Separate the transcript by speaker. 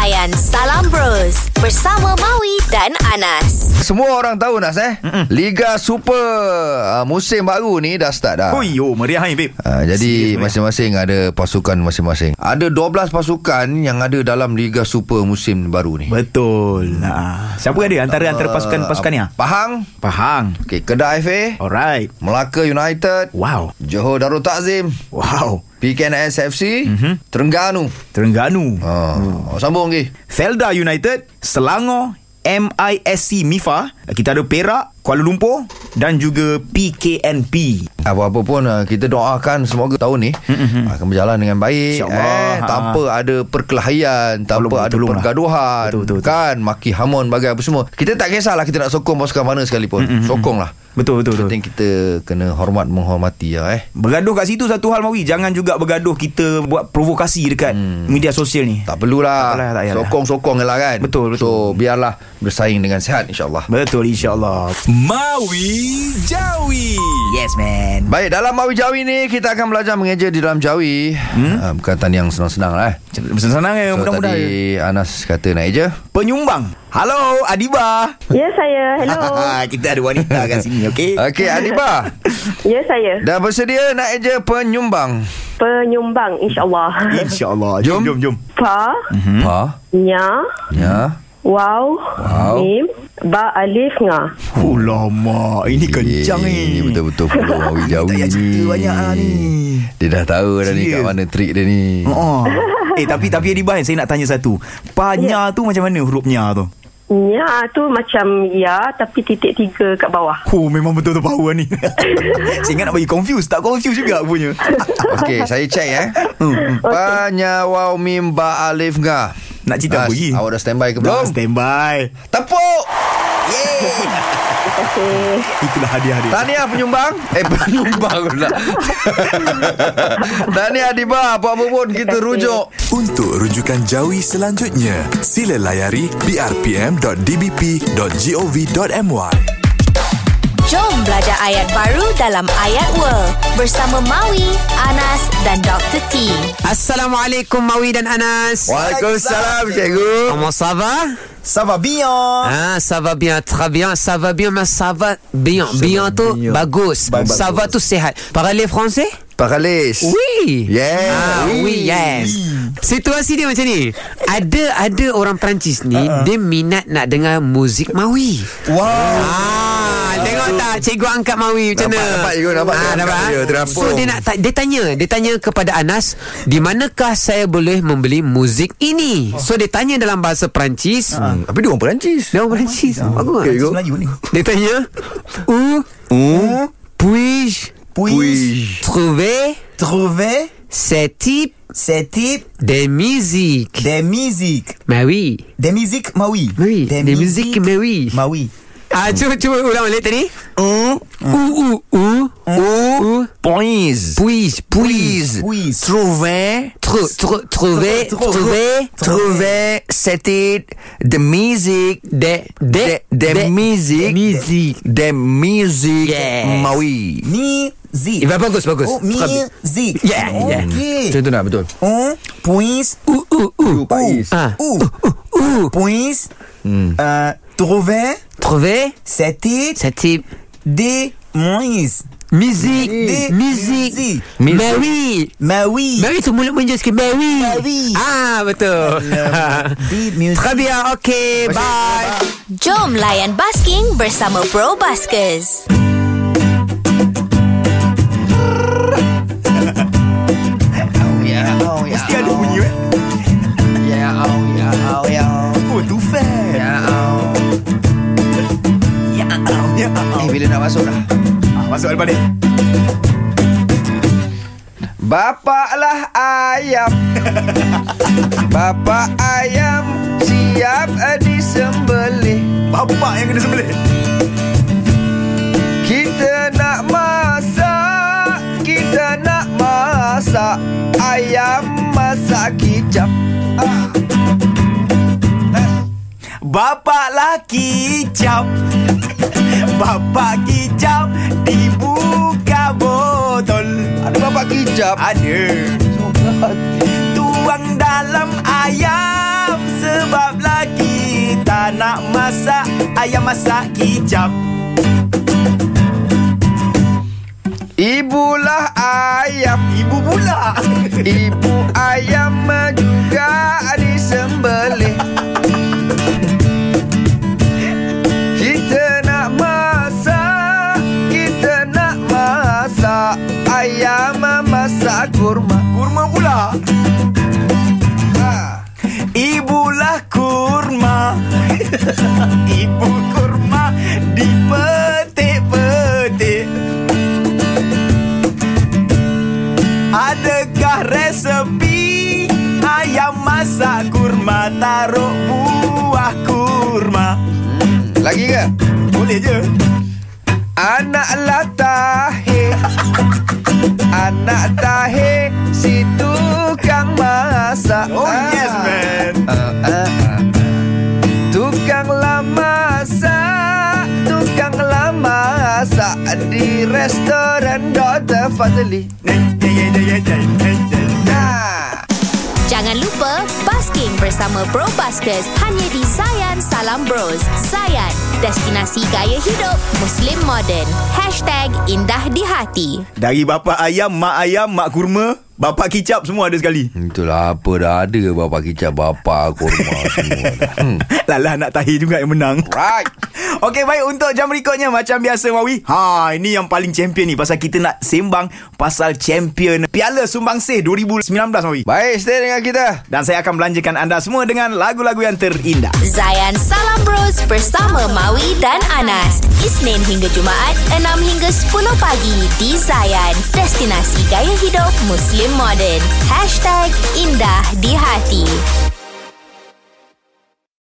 Speaker 1: layan Salam Bros bersama Maui dan Anas.
Speaker 2: Semua orang tahu Nas eh Mm-mm. Liga Super uh, Musim baru ni dah start dah
Speaker 3: Hui, oh meriah ni babe.
Speaker 2: Uh,
Speaker 3: Serius
Speaker 2: Ah. jadi
Speaker 3: meriah.
Speaker 2: masing-masing ada pasukan masing-masing Ada 12 pasukan yang ada dalam Liga Super musim baru ni
Speaker 3: Betul. Ha. Siapa ada antara antara
Speaker 2: Ah.
Speaker 3: pasukan-pasukan ni? Ha?
Speaker 2: Pahang
Speaker 3: Pahang.
Speaker 2: okay, Kedah FA
Speaker 3: Alright.
Speaker 2: Melaka United
Speaker 3: Wow.
Speaker 2: Johor Darul Takzim
Speaker 3: Wow.
Speaker 2: PKNS FC
Speaker 3: Mhm.
Speaker 2: Terengganu
Speaker 3: Terengganu. Ha.
Speaker 2: uh, Sambung lagi
Speaker 3: Felda United, Selangor, MISC MIFA, kita ada Perak, Kuala Lumpur dan juga PKNP.
Speaker 2: apa-apa pun uh, kita doakan semoga tahun ni mm-hmm. akan berjalan dengan baik
Speaker 3: InsyaAllah.
Speaker 2: eh
Speaker 3: Ha.
Speaker 2: tanpa ada perkelahian tanpa
Speaker 3: Tolong-
Speaker 2: ada
Speaker 3: tolonglah.
Speaker 2: pergaduhan
Speaker 3: Betul, betul, betul.
Speaker 2: kan maki hamun bagai apa semua kita tak kisahlah kita nak sokong pasukan mana sekalipun mm-hmm. sokonglah
Speaker 3: Betul betul betul.
Speaker 2: penting kita kena hormat menghormati lah eh
Speaker 3: Bergaduh kat situ satu hal Mawi Jangan juga bergaduh kita buat provokasi dekat hmm. media sosial ni
Speaker 2: tak perlulah
Speaker 3: Tak payah, tak payah.
Speaker 2: sokong-sokong je lah kan
Speaker 3: Betul,
Speaker 2: so biarlah bersaing dengan sihat insyaallah
Speaker 3: Betul insyaAllah
Speaker 4: Maui Jawi.
Speaker 3: Yes man
Speaker 2: Baik, dalam Mawi Jawi ni kita akan belajar mengeja di dalam Jawi. Hmm? Uh, perkataan yang senang-senang lah eh.
Speaker 3: Senang-senang ya
Speaker 2: So,
Speaker 3: mudah-mudahan
Speaker 2: tadi Anas kata nak eja.
Speaker 3: Penyumbang Halo Adiba
Speaker 5: Ya saya, hello.
Speaker 3: Kita ada wanita kat sini okey
Speaker 2: Okey, Adiba.
Speaker 5: ya saya.
Speaker 2: Dah bersedia nak eja penyumbang?
Speaker 5: Penyumbang insya-Allah.
Speaker 3: InsyaAllah
Speaker 2: Jom.
Speaker 3: Jom jom jom
Speaker 5: Pa,
Speaker 2: Hmm? Ha?
Speaker 5: nya,
Speaker 2: Ya.
Speaker 5: waw,
Speaker 2: Waw.
Speaker 5: mim, ba alif nga.
Speaker 3: Oh lama Ini kencang
Speaker 2: Eh,
Speaker 3: ni
Speaker 2: Ni betul-betul follow Mawi Jawi
Speaker 3: Tak payah cerita banyak lah ni
Speaker 2: Dia dah tahu dah ni kat
Speaker 3: Serius.
Speaker 2: mana trik dia ni.
Speaker 3: Oh. Eh tapi tapi Adiba saya nak tanya satu
Speaker 5: Ya.
Speaker 3: Panya tu macam mana hurufnya tu
Speaker 5: Nya tu macam ya tapi titik tiga kat bawah.
Speaker 3: Oh memang betul-betul power ni Saya ingat nak bagi confuse Tak confuse juga aku punya
Speaker 2: Okey, saya check eh. Banyak waw mim ba alif nga.
Speaker 3: Nak cerita apa
Speaker 2: Nas,
Speaker 3: lagi?
Speaker 2: Awak dah standby ke
Speaker 3: Dah
Speaker 2: belum?
Speaker 3: standby
Speaker 2: Tepuk!
Speaker 5: Terima kasih.
Speaker 3: Itulah hadiah dia
Speaker 2: Tahniah penyumbang Eh penyumbang pula Tahniah Adiba Apa pun kita rujuk
Speaker 4: Untuk rujukan Jawi selanjutnya, sila layari brpm.dbp.gov.my.
Speaker 1: Jom belajar ayat baru dalam Ayat World bersama Maui, Anas dan Dr. T.
Speaker 6: Assalamualaikum Mawi dan Anas.
Speaker 2: Waalaikumsalam cikgu
Speaker 6: Comment ça va?
Speaker 3: Ça va bien
Speaker 6: Ah, ça va bien, très bien. Ça va bien, mais ça va bien. Bien tu bagus. Ça va tu sihat. Parler français?
Speaker 2: Pakalis
Speaker 6: Oui.
Speaker 2: Yes.
Speaker 6: Ah, oui, yes. Situasi dia macam ni. Ada ada orang Perancis ni
Speaker 2: Ha,
Speaker 6: uh-uh. dia minat nak dengar muzik Mawi.
Speaker 3: Wow
Speaker 6: Ah, tengok tak cikgu angkat Mawi macam
Speaker 2: Nampak-
Speaker 6: mana?
Speaker 2: nampak cikgu, nampak
Speaker 6: Ah,
Speaker 2: dia angkat
Speaker 6: nampak?
Speaker 2: dia, terapung.
Speaker 6: So dia nak ta- dia tanya, dia tanya kepada Anas, di manakah saya boleh membeli muzik ini?
Speaker 2: Oh.
Speaker 6: So dia tanya dalam bahasa Perancis.
Speaker 2: Hmm, Tapi dia orang Perancis
Speaker 6: Dia orang Perancis. Bagus.
Speaker 2: Okey, Hmm. go. Hmm.
Speaker 3: Melayu ni
Speaker 6: Dia tanya, "Où puis-je
Speaker 3: Puis
Speaker 6: trouver
Speaker 3: trouver
Speaker 6: ce type
Speaker 3: ce type
Speaker 6: de musique?"
Speaker 3: de musique
Speaker 6: Bah oui.
Speaker 3: Des musiques Maui
Speaker 6: Oui, des musiques Maui. Hein?
Speaker 3: Maui
Speaker 6: Ah, cuba cuba ulang balik tadi.
Speaker 3: Hum.
Speaker 6: Où où où où
Speaker 2: Points
Speaker 6: puis puis
Speaker 3: Oui
Speaker 2: Trouver
Speaker 6: Tru, tru, trouver,
Speaker 3: Tru-
Speaker 6: trouver,
Speaker 2: Trouver C'était The music
Speaker 6: de, de,
Speaker 2: De- de musique.
Speaker 6: musique.
Speaker 2: The music
Speaker 6: Yes.
Speaker 2: Maui
Speaker 6: Eh,
Speaker 3: Musique
Speaker 6: bah, bagus, bagus.
Speaker 3: Oh
Speaker 6: Très bien.
Speaker 3: musique
Speaker 6: Yeah,
Speaker 2: Oh,
Speaker 6: yeah.
Speaker 3: Ok
Speaker 2: tu nak betul
Speaker 3: On puisse
Speaker 6: Où, où, où,
Speaker 2: Pais
Speaker 6: ah, oh.
Speaker 3: Ou
Speaker 6: où,
Speaker 3: puisse
Speaker 6: Hmm.
Speaker 3: euh, Trouver
Speaker 6: trouver
Speaker 3: ce type
Speaker 6: ce type
Speaker 3: de musique
Speaker 6: musique,
Speaker 3: Musique.
Speaker 6: musique.
Speaker 3: Musique.
Speaker 6: Bah oui.
Speaker 3: Maui
Speaker 6: Bah oui, tout le monde monde que bah oui.
Speaker 3: Bah oui. Ben
Speaker 6: Ah, betul.
Speaker 3: Des musiques
Speaker 6: Très bien, ok, bye.
Speaker 1: Jom layan basking bersama Bro Baskers.
Speaker 2: Ya,
Speaker 3: Mesti ada bunyi eh
Speaker 2: oh, ya,
Speaker 3: Oh tu fair Ya Allah Ya Allah
Speaker 2: oh. Eh bila nak masuk dah
Speaker 3: Ah, Masuk Al-Balik
Speaker 2: Bapaklah ayam Bapak ayam Siap eh, disembelih
Speaker 3: Bapak yang kena sembelih
Speaker 2: Kita nak masak Kita nak masak Ayam masak kicap ah.
Speaker 3: Bapak laki cap Bapak kicap Dibuka botol
Speaker 2: Ada bapak kicap
Speaker 3: Ada Tuang dalam ayam se ayam masak hijab
Speaker 2: Ibulah ayam
Speaker 3: Ibu pula
Speaker 2: Ibu ayam juga disembelih Kita nak masak Kita nak masak Ayam masak kurma
Speaker 3: Kurma pula
Speaker 2: ha.
Speaker 3: Ibulah kurma Ibu kurma dipetik-petik Adakah resepi ayam masak kurma Taruh buah kurma
Speaker 2: Lagi ke?
Speaker 3: Boleh je
Speaker 2: Anak lah tahe Anak tahe Si tukang masak
Speaker 3: Oh yes man
Speaker 2: Ah, ah, ah. Tukang lama masak Tukang lama masak Di restoran Dr. Fazli Nah.
Speaker 1: Jangan lupa basking bersama Bro Baskers hanya di Zayan Salam Bros. Zayan, destinasi gaya hidup Muslim Modern. #IndahDiHati.
Speaker 3: Dari bapa ayam, mak ayam, mak kurma Bapa kicap semua ada sekali
Speaker 2: Hmm, Itulah apa dah ada Bapak kicap Bapak kurma semua dah. hmm.
Speaker 3: Lalah nak tahir juga yang menang
Speaker 2: Right
Speaker 3: Okey baik untuk jam berikutnya macam biasa Mawi. Ha ini yang paling champion ni pasal kita nak sembang pasal champion Piala Sumbangsih 2019 Mawi.
Speaker 2: Baik stay dengan kita
Speaker 3: Dan saya akan belanjakan anda semua dengan lagu-lagu yang terindah.
Speaker 1: Zayan Salam Bros bersama Maui dan Anas. Isnin hingga Jumaat 6 hingga 10 pagi di Zayan. Destinasi gaya hidup Muslim Modern. #IndahDiHati.